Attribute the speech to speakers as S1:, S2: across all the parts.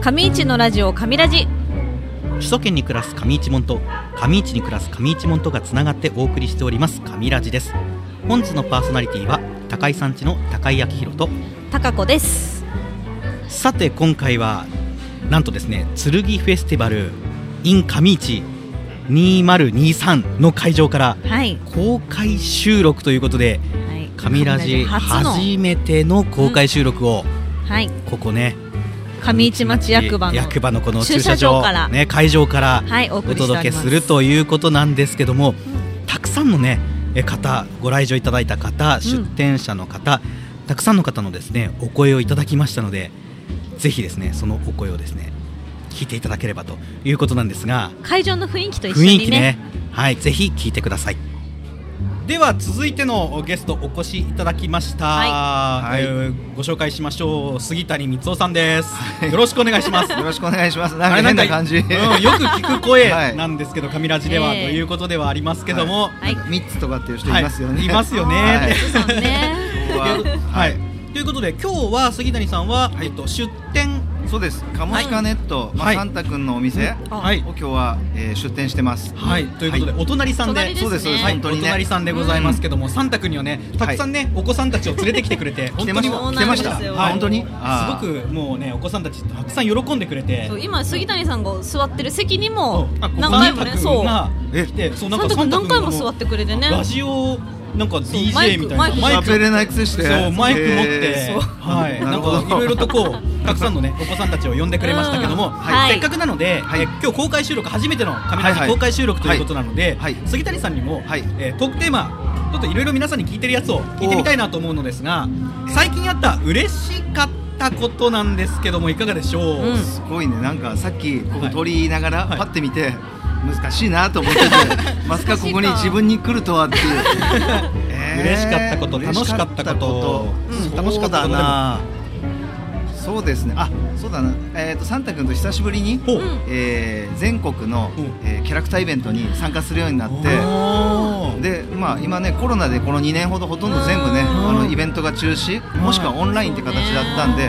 S1: 上市のラジオ上ラジ
S2: 首都圏に暮らす上一門と上市に暮らす上一門とがつながってお送りしております上ラジです本日のパーソナリティは高井さんちの高井明宏と
S1: 高子です
S2: さて今回はなんとですね剣フェスティバル in 上市2023の会場から
S1: はい、
S2: 公開収録ということで
S1: はい、
S2: 上ラジ
S1: 初の
S2: 初めての公開収録を
S1: はい
S2: ここね
S1: 上市町役場の
S2: 役場のこの
S1: 駐
S2: 駐
S1: 車
S2: 車
S1: 場
S2: 場
S1: から
S2: ね会場から
S1: はいお送
S2: お
S1: りしてお
S2: 届
S1: り
S2: け
S1: ます
S2: するということなんですけども、たくさんのねえ方ご来場いただいた方、出店者の方たくさんの方のですねお声をいただきましたのでぜひですねそのお声をですね聞いていただければということなんですが
S1: 会場の雰囲気と一緒
S2: 雰囲
S1: に
S2: 気
S1: ね
S2: ねはいぜひ聞いてくださいでは続いてのゲストお越しいただきました、
S3: はい
S2: えーご紹介しましょう杉谷光雄さんです、よろしくお願い します
S3: よろしくお願いします。な
S2: あ
S3: んか
S2: れなん
S3: 変
S2: か
S3: な感じ。
S2: うん、よく聞く声
S3: はい
S2: なんですけど、神ラジでは、
S1: ええ
S2: ということではありますけども、
S1: はい
S3: なんかミッツとかっていう人いますよね。
S2: はいいますよね
S3: はい
S1: そうね
S2: は
S3: はいい。
S2: ということで今日は杉谷さんは、えっと出店
S3: そうです。カモシカネット、ま
S2: は
S3: あ
S2: い
S3: サンタ君のお店を
S1: あ
S2: はい
S3: 今日はえー出店してます。
S2: はいということで、お隣さん
S1: 隣
S2: で
S1: ですねそうですそうです
S2: はい
S3: 本当にね
S2: お隣さんでございますけども、サンタ君にはねたくさんね、お子さんたちを連れてきてくれて本
S3: 来て
S2: 当
S3: ま
S2: に
S3: し
S1: そう
S3: た。
S1: なんで
S3: 来てますし
S1: よ
S3: た。
S1: 来て
S3: あ
S1: ました
S3: 本当に。
S2: あー
S3: あ
S2: す
S3: ー
S2: ごくもうねお子さんたちたくさん喜んでくれて
S1: そう今杉谷さんが座ってる席に
S2: そ
S1: も
S2: うあここ
S1: 何回もね
S2: サンタ君
S1: そうサ
S2: が来てそう
S1: ンタ君何回も座っ
S2: て
S1: てくれてね
S2: ラジオなんか
S1: うマイ
S2: DJ
S1: ク
S2: みたいな
S1: マイク
S3: 喋れないくせして。
S2: そうマイク持っ
S3: え
S2: て、
S3: ー
S2: はい、
S3: な
S2: な
S3: る
S2: ん
S3: ほど
S2: かいろいろとこうたくさんのねお子さんたちを呼んでくれましたけども、
S1: うん
S2: はい
S1: はい
S2: せっかくなので、
S3: はい
S2: えー今日公開収録初めてのカメ
S3: はい
S2: ラ
S3: はい
S2: 公開収録ということなので、
S3: はいはい
S2: 杉谷さんにも、
S3: はい
S2: えートークテーマちょっといろいろ皆さんに聞いてるやつを聞いてみたいなと思うのですが、最近あった嬉しかったことなんですけどもいかがでしょう。
S1: うん
S3: すごいね。なんかさっきここ
S2: はい
S3: 撮りながら
S2: はい
S3: パって見て難しいなと思っ てて、まさかここに自分に来るとはっていう。えー
S2: 嬉しかったこと、楽
S3: 嬉
S2: しかったこと、うん楽
S3: 楽
S2: し
S3: し
S2: か
S3: か
S2: っ
S3: ったた
S2: こで
S3: こととで
S2: も
S3: も。そうですね。あ、そうだな。えっ、とサンタ君と久しぶりに、
S2: ほう
S1: うん
S3: えー全国の
S2: うん、
S3: えーキャラクターイベントに参加するようになっ
S2: おー
S3: て、で、まあ今ねコロナでこの2年ほどほとんど全部ね、
S1: うん
S3: あのイベントが中止、もしくはオンラインって形だったんで。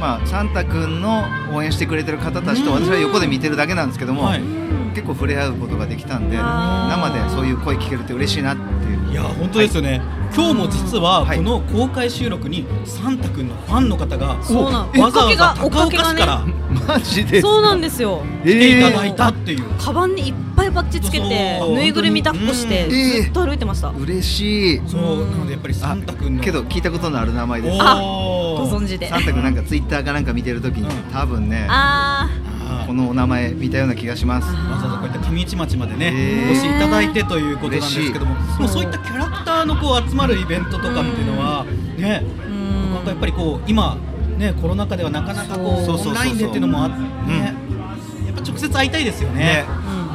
S3: まあ、サンタ君の応援してくれてる方たちと私は横で見てるだけなんですけども、
S2: はい
S1: うん
S3: 結構触れ合うことができたんで
S1: あ
S3: 生
S1: ー
S3: でそういう声聞けるって嬉しいなってい う
S2: いや本当ですよね、今日も実は
S3: はい
S2: この公開収録にサンタ君のファンの方が
S1: そうなの
S2: おわざわざ
S1: 追っか
S2: 高
S1: け
S2: 岡
S1: が追っかけがね
S2: 市から
S3: マジで
S1: そうなんですよ
S2: 来
S3: え
S2: ていただいたっていう、
S1: カバンにいっぱいバッチつけて
S2: そう
S1: ぬいぐるみ抱っこして
S3: うんええ
S1: ずっと歩いてました
S3: 嬉しい
S2: そうなのでやっぱりサンタ君の
S3: けど聞いたことのある名前です
S1: あ
S2: お
S1: ご
S2: ー
S1: 存知で
S3: サンタ君なんかツイッターかなんか見てるとき
S2: う
S3: に
S2: ん
S3: 多分ね
S1: あ
S2: はい
S3: このお名前見たような気がします
S2: わざわざこういった上市町までね、
S3: へー
S2: お越しいただいてということなんですけども
S1: 嬉しい
S2: もうそういったキャラクターのこう集まるイベントとかっていうのは、ね
S1: ーう
S2: なんかやっ
S1: ん
S2: ぱりこう今ねコロナ禍ではなかなかこう
S1: そう
S2: オンラインでっていうのもあって、
S3: うん
S2: ねやっぱ直接会いたいですよね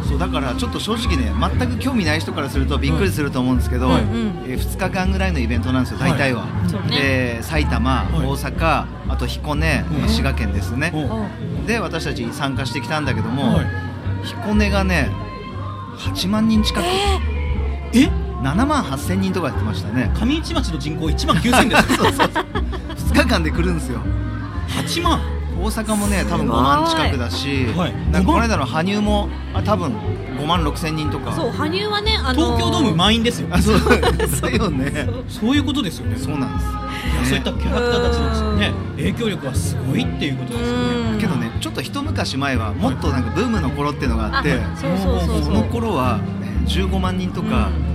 S1: うん
S3: そうだからちょっと正直ね全く興味ない人からするとびっくりすると思うんですけど、
S1: うんうん
S3: えー2日間ぐらいのイベントなんですよ大体は、
S1: いそうね
S3: で埼玉、
S2: はい
S3: 大阪あと彦根、
S2: うん
S3: 滋賀県ですね、
S2: お
S1: お
S3: で私たち参加してきたんだけども、
S2: はい
S3: 彦根がね8万人近く、
S2: え
S3: 7万8千人とかやってましたね
S2: 上市町の人口1万9000です よ
S3: 2日間で来るんですよ
S2: 8万
S3: 大阪もね多分
S1: す
S3: 5
S1: ごい
S3: 万近くだし、
S2: はい
S3: なん
S2: 五万
S3: かこの間の羽生もあ多分5万6千人とか
S1: そう羽生はねあの
S2: 東京ドーム満員ですよ
S3: あそう だよね
S2: そういうことですよね
S3: そうなんで
S2: い
S3: す
S2: やそういったキャラクターたちのね
S1: う
S2: 影響力はすごいっていうことですよ
S1: うん
S2: ね
S3: けどねちょっと一昔前はもっとなんかブームの頃っていうのがあ
S1: あ
S3: って、
S1: そうそうそう
S3: そ
S1: そう
S3: の頃はね15万人とか、
S1: うん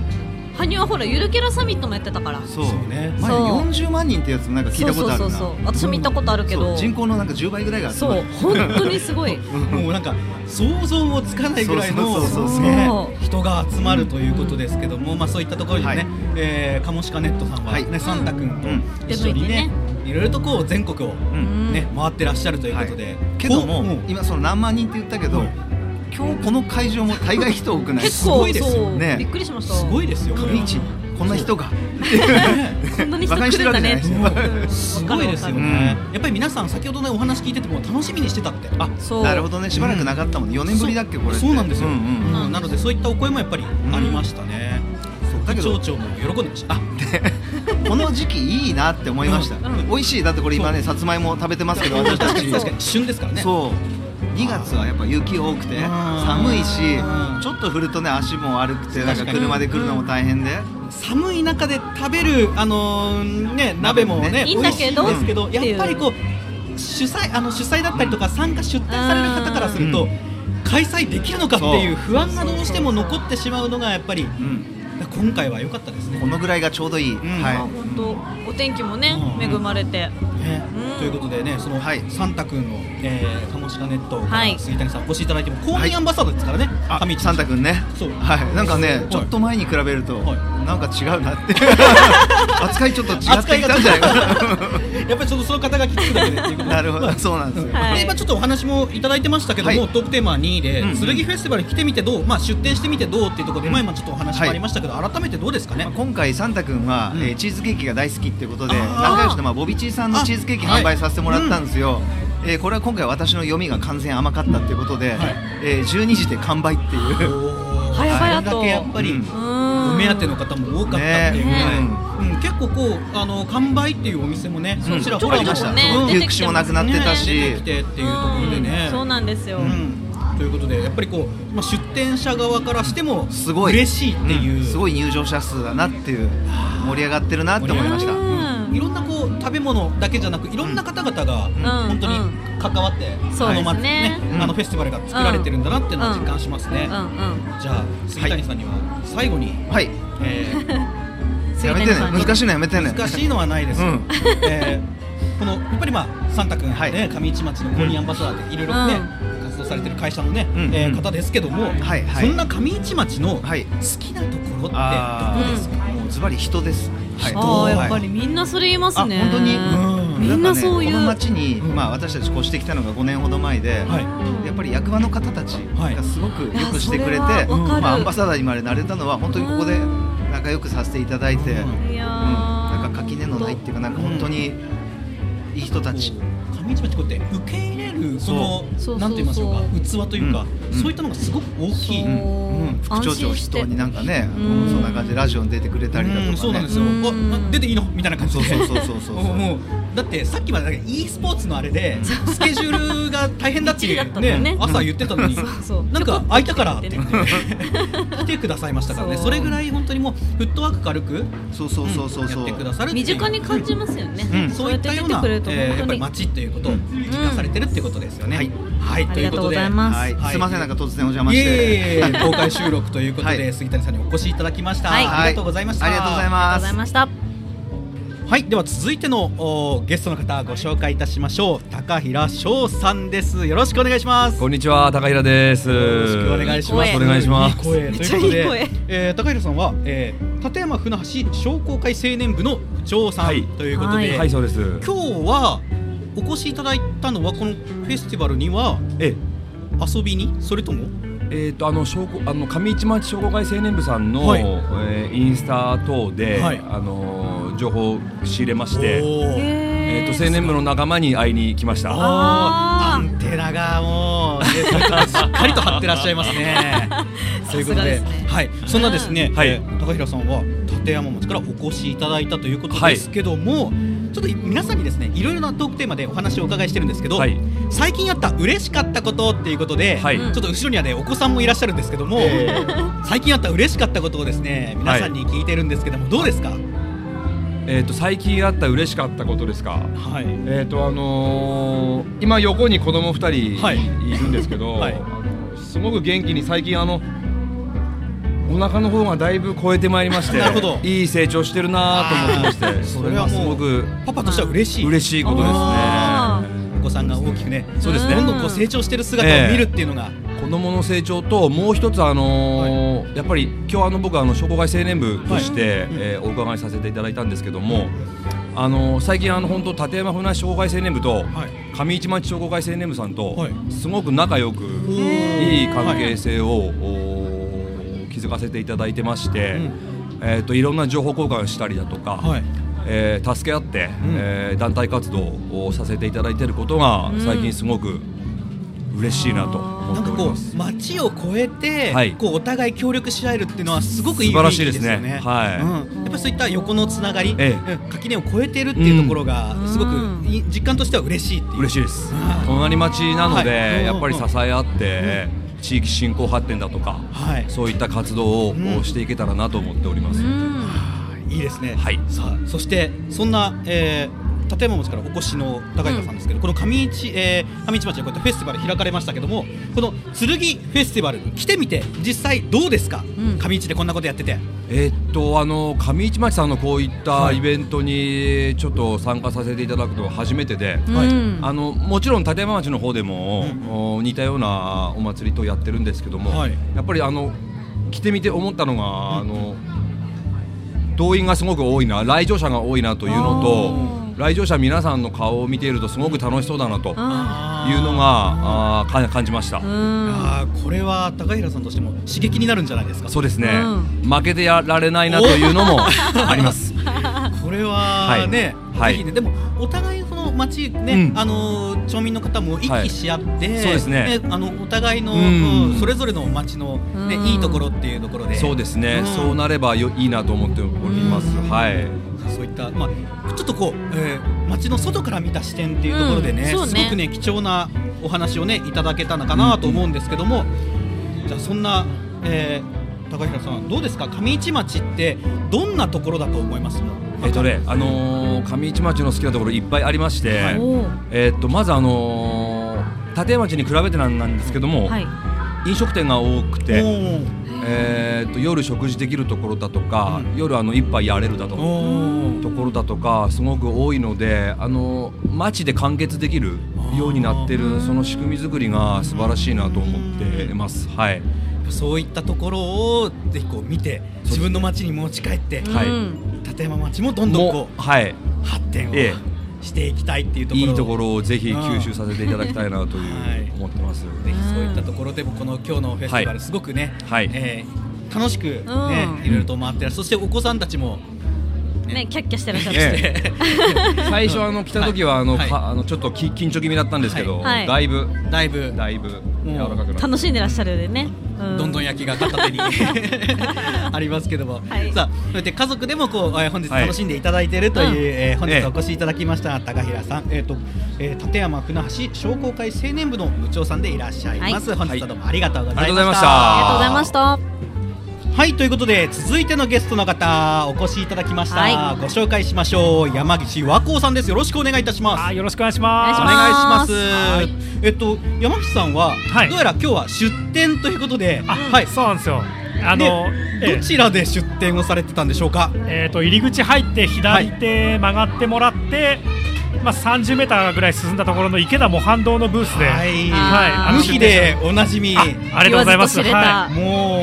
S1: 羽生はほらゆるキャラサミットもやってたから
S3: そう
S2: そうね
S3: 前
S1: そう
S3: 40万人ってやつもなんか聞いたことある
S1: そ
S3: な
S1: うそうそうそう私も行ったことあるけ
S3: そ
S1: ど
S3: う人口のなんか10倍ぐらいが集ま
S1: そう
S3: る
S1: 本当にすごい
S2: もうなんか想像もつかないぐらいの
S3: そうそうそうそう
S2: ね
S1: そう
S2: 人が集まるということですけども、まあ、そういったところにね、
S3: はい
S2: えーカモシカネットさんは、ね
S3: はい
S2: サンタ君
S3: うん
S2: と一緒にね,、いろいろとこう全国を、
S3: う
S1: うんん
S2: ね回ってらっしゃるということで、
S3: けども
S2: こううん
S3: 今その何万人って言ったけど、
S2: うん
S3: 今日この会場も大概人多くない
S1: 結
S2: すご
S1: 構
S2: いです
S1: そ
S2: よ
S1: う
S3: ね
S1: びっくりしました
S2: すごいですよこれ
S3: 上
S2: は
S3: 市こんな人が
S1: こんなに人
S3: 馬鹿に
S1: 来
S3: して
S1: るんだ
S3: るわけじゃな
S1: ね
S3: いですよ
S1: うん
S2: すごいですよね、やっぱり皆さん先ほどのお話聞いてても楽しみにしてたってあ
S1: そう
S3: なるほどねしばらくなかったもんね4年ぶりだっけこれって
S2: そうなんですよ、
S3: ううん
S2: うんなのでそういったお声もやっぱりありましたね、
S3: だけ
S2: 町
S3: ど
S2: 長も喜んでましたあ
S3: この時期いいなって思いました、
S1: うんうん
S3: 美味しいだってこれ今ねさつまいも食べてますけど私たち
S2: 確かに旬ですからね
S3: そう2月はやっぱ雪多くて
S2: あー
S3: 寒いし
S2: うん
S3: ちょっと降るとね足も悪くてなん
S2: 確
S3: か
S2: かに
S3: 車で来るのも大変で
S2: 寒い中で食べるあのーね鍋もね
S3: 鍋もね
S1: いいんだけど
S2: 美味しいですけど
S1: っていう
S2: やっぱりこう主催あの主催だったりとか参加出展される方からすると、
S3: う
S2: 開催できるのかっていう不安がどうしても残ってしまうのがやっぱり
S3: うん
S2: 今回は良かったですね
S3: こ。のぐらいがちょうどいい、
S2: ん
S3: はい
S1: 本当お天気もね
S2: うん
S1: 恵まれて
S2: ね
S1: うん
S2: ということでねその、
S3: はい
S2: サンタ君の、えー、カモシカネットか
S1: は
S2: ら
S1: い
S2: 杉谷さんお越しいただいても公
S3: はい
S2: 認アンバサダーですからね、
S3: あ
S2: 上市
S3: サンタ君ね
S2: そう
S3: はいなんかね
S2: い
S3: ちょっと前に比べると
S2: は
S3: なんか違うな って扱いちょっと違ってきたん
S2: 扱い
S3: じ
S2: が
S3: ゃないか
S2: やっぱりちょっとその肩書きつくだけでっていうこと
S3: な
S2: で
S3: なるほ
S2: まあ
S3: どそうなんですよ、
S1: はい
S2: で今ちょっとお話もいただいてましたけども、
S3: はい
S2: トークテーマ2で、
S3: うんうん
S2: 剣フェスティバルに来てみてどう、まあ、出店してみてどうっていうところで、
S3: うん
S2: 前もちょっとお話もありましたけど、改めてどうですかね、
S3: まあ今回サンタ君は、
S2: うん
S3: えーチーズケーキが大好きってことで
S2: あー
S3: 仲良しの、まあ、ボビチーさんのチーズケーキ
S2: あはい
S3: 販売させてもらったんですよ、えーこれは今回私の読みが完全甘かったってことで、
S2: はい
S3: えー12時で完売っていう
S2: おー
S1: 早々と
S2: あれだけやっぱり、
S3: うん
S1: お
S2: お目当ての方も多かったっていうぐらい、
S3: ね
S2: うん結構こうあの完売っていうお店もね、
S3: うん
S2: ちら
S1: ちょ
S2: ほ
S1: こち
S2: ら
S1: ょ
S2: いま
S1: こ
S2: した
S1: ね
S3: うん
S1: 出てきて
S3: もな
S1: ます
S3: くなってたし
S2: ね出てきてっていうところでね。
S1: そうなんですよ
S2: うんということでやっぱりこう、まあ、出店者側からしても
S3: すごい
S2: 嬉しいっていう、
S3: うんすご
S2: い
S3: い入場者数だなっていう盛り上がってるなって思いました、
S1: うん
S2: いろんなこう食べ物だけじゃなくいろんな方々が、
S3: ん
S2: 本当に関わって、
S1: そう
S2: あ
S1: で
S2: の
S1: すね
S2: まずね
S3: うん
S2: あのフェスティバルが作られてるんだなっていうのを
S1: うん
S2: 実感しますね、
S1: うんうん
S2: じゃあ杉谷さんには最後に、
S3: はい
S2: え
S1: 杉
S3: やめ
S1: 谷
S3: てね
S1: さんに
S3: 難しいのやめてね
S2: ー難しいのはないですよ、
S3: うん
S2: えーこのやっぱりまあサンタ君、
S3: はい
S2: ね、上市町の公認アンバサダーでいろいろね、活動されてる会社のね、
S3: うん
S2: えー
S3: うん
S2: 方ですけども、
S3: はいはい
S2: そんな上市町の好
S3: は
S2: き
S3: い
S2: なところってどこ
S3: あー
S2: ですか、
S3: もうズバリ人です、はい
S2: 人
S1: あ
S2: は
S1: あ
S2: い
S1: やっぱりみんなそれ言いますね
S3: あ本当に
S2: うん
S1: みんなそうい
S3: んかねこの
S1: う
S3: 町に、
S2: うん
S3: まあ、私たち越してきたのが5年ほど前で、
S2: はい
S3: やっぱり役場の方たちがすごくよくしてくれて、
S1: はいいやそれはわかる
S3: まあ、アンバサダーにまでなれたのは本当にここで仲良くさせていただいて、
S2: うん
S3: うん
S1: いやー
S3: なんか垣根のないっていうかなんか本当にいい人たち、
S2: 上市町こうやって受け入れるその
S1: そう
S2: なんて言いましょうか器というか、
S3: うん
S2: そういったのがすごく大きい、
S1: そう
S3: うん
S1: うん
S3: 副町長人になんかね、
S1: うん
S3: うんそんな感じでラジオに出てくれたりだとか、ね
S2: うんそうなんですよ、
S1: うん
S2: ああ出ていいのみたいな感じで
S3: そうそうそうそうそう
S2: もうだってさっきまでなんか e スポーツのあれでスケジュールが大変だって い
S1: びっちりだ
S2: う
S1: ったもんね
S2: 朝言ってたのに
S1: そうそう
S2: なんか空いたからって
S1: ち
S2: 言
S1: ょ
S2: っ
S1: こ
S2: て 来てくださいましたからね
S1: そう
S2: それぐらい本当にもうフットワーク軽く
S3: そうそうそうそうそ
S2: や
S3: う、
S2: ってくださるってい
S1: 身
S2: う
S1: 近に感じますよね、
S3: うん
S2: そういったような、
S1: こう
S2: え
S1: やって出てくれると
S2: ーや
S1: 本
S2: っぱ
S1: 当
S2: り
S1: に、
S2: 街ということを実感されてるってことですよね。
S3: うん
S2: はい、
S1: ありがとうございます
S3: はい
S2: はい
S3: すいませんなんか突然お邪魔
S2: い
S3: し
S2: え
S3: て
S2: いえいえ公開収録ということで、
S3: はい
S2: 杉谷さんにお越しいただきました、
S1: はい
S2: ありがとうございました
S3: ありがとうござい
S1: あ
S3: ま
S1: りがとうござい
S3: す
S1: ました
S2: はいでは続いてのおーゲストの方ご紹介いたしましょう高平翔さんですよろしくお願いします
S4: こんにちは、高平です。
S2: よろしくお願いします
S4: お願いします。
S2: いい
S1: め
S2: 声と
S1: っ
S2: いう
S1: ちゃ
S2: こ
S1: いい
S2: と
S1: 声
S2: でえー高平さんは、えー、立山船橋商工会青年部の部長さん、
S4: はい
S2: ということで、
S4: はい、そうです。
S2: 今日はお越しいただいたのはこのフェスティバルには
S4: え、
S2: 遊びにそれとも
S4: えっ、と、あの、商工、あの、上市町商工会青年部さんの、
S2: はい
S4: えーインスタ等で、
S2: はい
S4: あのー情報を仕入れまして。え
S1: え
S4: っ、と、青年部の仲間に会いに来ました。
S2: あア
S1: あー
S2: ンテナがもう、ね、しっかりと張ってらっしゃいます ね。ということで
S1: さすがですね
S2: はい、そんなですね、
S4: はい
S2: えー高平さんは立山町からお越しいただいたということですけども、ちょっと皆さんにですねいろいろなトークテーマでお話をお伺いしてるんですけど、
S4: はい
S2: 最近あった嬉しかったことっていうことで、
S4: はい
S2: ちょっと後ろにはねお子さんもいらっしゃるんですけども、
S3: え
S2: 最近あった嬉しかったことをですね皆さんに聞いてるんですけども、どうですか、
S4: えっ、と、最近あった嬉しかったことですか。
S2: はい、
S4: えっ、と、あのー今横に子供二人
S2: はい
S4: いるんですけど、
S2: はい
S4: あのすごく元気に最近あの。お腹の方がだいぶ超えてまいりまして、
S2: なるほど
S4: いい成長してるなと思ってまし
S2: あー
S4: て、それが
S2: そ
S4: す
S2: れはも
S4: ご
S2: う
S4: く
S2: パパとしては嬉しい
S4: 嬉しいことです
S1: あ
S2: お
S4: ね。
S2: 子さんが大きくね
S4: そうですね
S2: どんどんこう成長してる姿を見るっていうのが、
S4: 子供の成長ともう一つあのーやっぱり今日あの僕はあの商工会青年部とし
S2: う
S4: て、
S2: ん
S4: えーお伺いさせていただいたんですけども、あのー最近あの本当立山船商工会青年部と、
S2: はい
S4: 上市町商工会青年部さんと、
S2: はい
S4: すごく仲良く
S2: ー
S4: いい関係性を、お気づかせていただいてまして、
S2: うん
S4: えっ、といろんな情報交換したりだとか。
S2: はい
S4: えー助け合って、
S2: ん
S4: えー団体活動をさせていただいていることが最近すごく嬉しいなと思
S2: な
S4: っ
S2: ん
S4: て
S2: か
S4: おり
S2: こ
S4: ます
S2: う街を越えて、
S4: はい
S2: こうお互い協力し合えるっていうのはすごくいい
S4: 素晴
S2: 雰
S4: ら
S2: 囲
S4: しい
S2: 気
S4: で
S2: ですすよ
S4: ね
S2: ね。
S4: はい、
S2: うん、やっぱそういった横のつながり、
S4: え
S2: うん垣根を越えてるっていうところが
S1: うん
S2: すごくいい実感としては嬉しいっていう。
S4: 嬉しいです隣町なので、
S2: はい
S4: やっぱり支え合って、地域振興発展だとか
S2: はい、
S4: そういった活動を
S2: うん
S4: していけたらなと思っております、
S1: うん
S2: いいですね。
S4: はい
S2: さあ、そしてそんな、えー、立山町からお越しの高井さんですけど、この上市、えー、上市町でこういったフェスティバル開かれましたけども、この剣フェスティバルに来てみて実際どうですか？
S1: うん
S2: 上市でこんなことやってて。
S4: えーっとあの上市町さんのこういっ
S2: は
S4: た
S2: い
S4: イベントにちょっと参加させていただくのは初めてで、
S2: はい
S1: うん
S4: あのもちろん立山町の方でも、
S2: うん
S4: お似たようなお祭りとやってるんですけども、
S2: はい
S4: やっぱりあの来てみて思ったのが、あの動員がすごく多いな来場者が多いなというのと来場者皆さんの顔を見ているとすごく楽しそうだなという
S1: あ
S4: のがあーか感じました。
S1: うん
S2: あーこれは高平さんとしても刺激になるんじゃないですか。
S4: そうですね、
S1: う
S4: 負けてやられないなというのもあり ます。
S2: これはね、
S4: はい
S2: ぜひね、でもお互いその町ね、
S4: うん
S2: あのー町民の方も行き来し合って、
S4: そうですね
S2: あのお互いの、
S4: うん
S2: それぞれの町のね、
S1: うん
S2: いいところっていうところで、
S4: そうです
S2: う
S4: ね、
S2: ん
S4: そうなればよいいなと思っております。
S1: うん
S4: はい。
S2: そういったまあちょっとこう、えー町の外から見た視点っていうところでね、
S1: うんそう
S2: す
S1: ね
S2: ごくね貴重なお話をねいただけたのかなと思うんですけども、じゃあそんな、えー高平さんどうですか上市町ってどんなところだと思いますか
S4: えっとね、あのー上市町の好きなところいっぱいありまして、
S2: はい
S1: おー
S4: えっとまずあのー立山町に比べてなんなんですけども、
S1: はい
S4: 飲食店が多く
S2: お
S4: て、
S2: ー
S4: えっと夜食事できるところだとか、
S2: うん
S4: 夜あの一杯やれるだと
S2: お
S4: か。
S2: ー
S4: ところだとかすごく多いのであの街で完結できるようになって
S1: あー
S4: るその仕組み作りが素晴らしいなと思ってます。はい、
S2: そういったところをぜひこう見て自分の町に持ち帰って
S1: うん
S4: はい
S2: 立山町もどんどんこ
S4: もはい、
S2: う発展を
S4: え
S2: していきたいっていうところ
S4: いいところをぜひ吸収させていただきたいなという思ってます。
S2: ぜひそういったところでもこの今日のフェスティバ
S4: は
S2: ル
S4: い
S2: すごくね、
S4: はい
S2: えー楽しくね、
S1: うん
S2: いろいろと回ってらっしゃるそしてお子さんたちも
S1: ねキャッキャしてらっしゃる
S4: ええ
S2: して、
S4: 最初あの来た時はあの、
S2: はい
S4: かあのちょっとき緊張気味だったんですけど、
S1: はいはい
S4: だいぶ
S2: だい ぶ
S4: だいぶ柔らかくなって
S1: 楽しんでらっしゃるでねう
S2: どんどん焼きが片手に ありますけども、
S1: はい
S2: さあそして家族でもこう、えー本日
S4: はい
S2: 楽しんでいただいているという、
S1: うん
S2: えー本
S4: え
S2: 日
S4: え
S2: お越しいただきました高平さん、えーとえー立山船橋商工会青年部の部長さんでいらっしゃいます、本日はどうもありがとうございました、
S1: ありがとう
S4: あ
S1: ございました
S2: はいということで続いてのゲストの方お越しいただきました、
S1: はい
S2: ご紹介しましょう山岸和光さんですよろしくお願いいたします
S5: あよろしくお願いします。
S1: お
S2: お
S1: 願
S2: 願
S1: いしま
S2: いしますす。えっと山口さんは、
S5: はい
S2: どうやら今日は出店ということで、
S5: あ
S2: はい。
S5: そうなんですよ。あの、え
S2: ど
S5: え
S2: ちらで出店をされてたんでしょうか。
S5: えーと入り口入って左手曲がってもらって、まあ30メーターぐらい進んだところの池田模範堂のブースで、
S2: は
S5: はい、
S2: い。
S1: あー
S5: あの
S2: 無比でおなじみ。も
S5: 出店しましたありがとうございます。
S1: 言わずと知れた
S5: はい。
S2: う、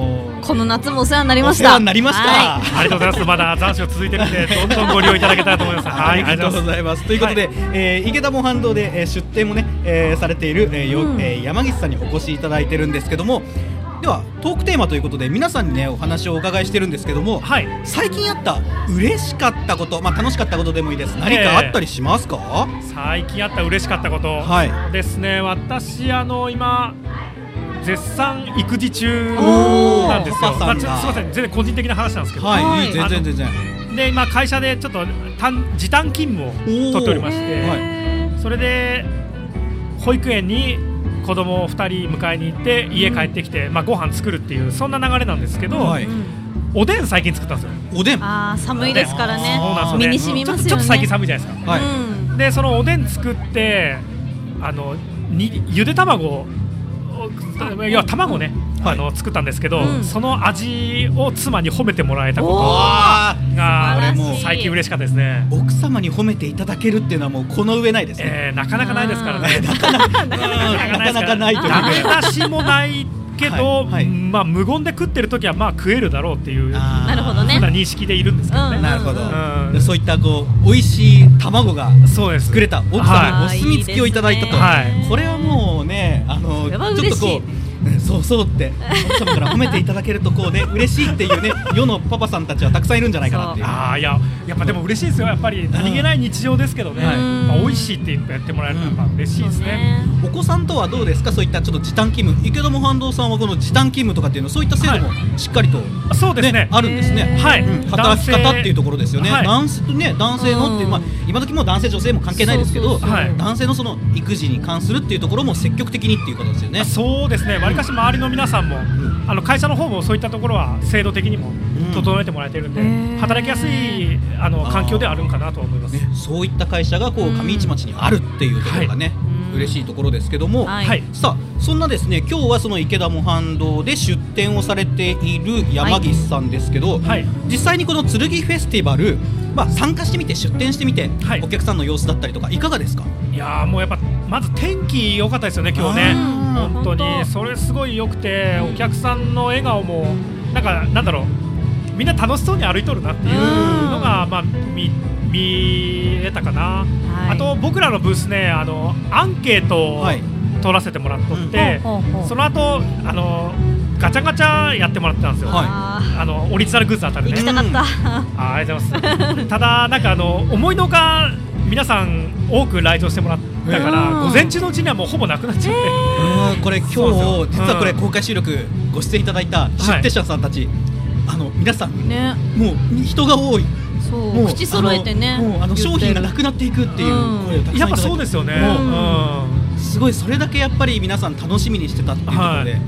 S1: えこの夏もお世話になりま
S2: お
S1: し
S2: 世
S1: た
S2: 話になりました。
S1: はい
S5: ありがとうございます。まだ残暑続いてる んで、どんどんご利用いただけたらと思います。
S2: あ
S5: はい、
S2: りがとうご
S5: あ
S2: ざいます。ということで、えー池田模範堂で、えー出店もね、えーされている、えーよ
S1: うん
S2: えー山岸さんにお越しいただいてるんですけども、ではトークテーマということで皆さんにねお話をお伺いしてるんですけども、
S5: りがとうございます。は
S2: 最
S5: い。
S2: 近あった嬉しかったこと、まあ楽しかったことでもいいです。何かあったりしますか？
S5: 最近あった嬉しかったこと、
S2: はい
S5: ですね。私あの今。絶賛育児中
S2: おー
S5: なんです
S2: パパ
S5: よ。ま
S2: さ
S5: あ
S2: ん
S5: ち
S2: だ
S5: ょすみません、全然個人的な話なんですけど、
S1: はい
S2: 全然全然。
S5: で今会社でちょっと短時短勤務を取っておりまし
S2: おーはい
S5: てそれで保育園に子供を2人迎えに行って家帰ってきて、まあ、ご飯作るっていうそんな流れなんですけど、
S2: はい
S1: うん
S5: おでん最近作ったんですよ
S2: おでん。は
S1: あー寒いですからね
S5: そうなんですよ
S1: 身
S5: ね
S1: に染み
S5: ちょ
S1: ま
S5: っと
S1: すよね
S5: ちょっと最近寒いじゃないですか
S2: い。
S1: うん
S5: でそのおでん作ってあのにゆで卵をいや卵ね、
S2: はい
S5: あの作ったんですけど、
S1: うん
S5: その味を妻に褒めてもらえたこ
S1: お
S5: と
S2: あ
S5: が
S1: 素晴らしい
S5: 俺もう最近嬉しかったですね、
S2: ー奥様に褒めていただけるっていうのはもうこの上ないですね。
S5: えーなかなかないですからね
S2: なかなかないという
S5: ダメ
S2: か。
S5: 出しもないけど、
S2: はいはい
S5: まあ無言で食ってる時はまあ食えるだろうっていうふう
S2: あ
S5: な
S2: ー
S1: なるほどね
S5: 認識でいるんですけどね。
S2: なるほ
S5: う
S2: ど。
S5: ん
S2: そういったこう美味しい卵が
S5: そうです。
S2: 作れた奥様のお
S1: はい
S2: 墨付きをいただいたと。
S5: はい
S2: これはもうねあ
S1: こ
S2: のち
S1: れは
S2: ょっ
S1: 嬉しい
S2: とこう。うんそうそうって奥様から褒めていただけると こうね嬉しいっていうね世のパパさんたちはたくさんいるんじゃないかなっていう
S5: ああいややっぱでも嬉しいですよやっぱり何気ない日常ですけどね、
S2: はい
S5: まあ、美味しいってやってもらえるのはやっぱ嬉しいですね。
S2: お子さんとはどうですかそういったちょっと時短勤務池田も半藤さんはこの時短勤務とかっていうのそういった制度もしっかりと、
S5: そうですね
S2: あるんですね、
S5: はい
S2: うん働き方っていうところですよね、
S5: はい
S2: 男性とね男性のって、
S1: うん
S2: まあ、今時もう男性女性も関係ないですけど
S1: そうそう
S5: そうはい
S2: 男性のその育児に関するっていうところも積極的にっていうことですよね
S5: あそうですねわりかし周りの皆さんも、
S2: ん
S5: あの会社の方もそういったところは制度的にも整えてもらえてるんで、
S1: へー
S5: 働きやすいあの環境ではあるんかなとは思います。
S2: ねそういった会社がこう
S1: うん
S2: 上市町にあるっていうところがね、
S1: うん
S2: 嬉しいところですけども、
S1: はい
S5: はい
S2: さあそんなですね今日はその池田模範堂で出店をされている山岸さんですけど、
S5: はい
S2: 実際にこの剣フェスティバル、まあ、参加してみて出店してみて、
S5: はい
S2: お客さんの様子だったりとかいかがですか
S5: いやーもうやっぱまず天気良かったですよね今日ね
S1: あー
S5: 本
S1: 本
S5: 当に
S1: 当
S5: それすごい良くてお客さんの笑顔もなんかなんだろうみんな楽しそうに歩いとるなっていうのがまあ見見えたかな、
S1: はい
S5: あと僕らのブースねあのアンケートを
S2: はい
S5: 取らせてもらっとって、
S1: ほうほうほう
S5: その後あのガチャガチャやってもらってたんですよ、
S2: はい
S1: あー
S5: あのオリジナルグッズ当たるね
S1: 行きたかった。
S5: あーありがとうございます ただなんかあの思いのほか皆さん多く来場してもらったから
S1: うん
S5: 午前中のうちにはもうほぼなくなっちゃって、
S2: うんこれ今日
S5: そうそう
S2: 実はこれ
S5: うん
S2: 公開収録ご出演いただいた出店者さんたち、あの皆さん
S1: ね、
S2: もう人が多い
S1: そう
S2: もう
S1: 口揃えてね
S2: あのもうあの商品がなくなっていくっていう
S1: うん
S2: 声をたくさんいただいて
S5: やっぱそうですよね、う
S2: もうんすごいそれだけやっぱり皆さん楽しみにしてたっていうところで、
S5: は
S2: ね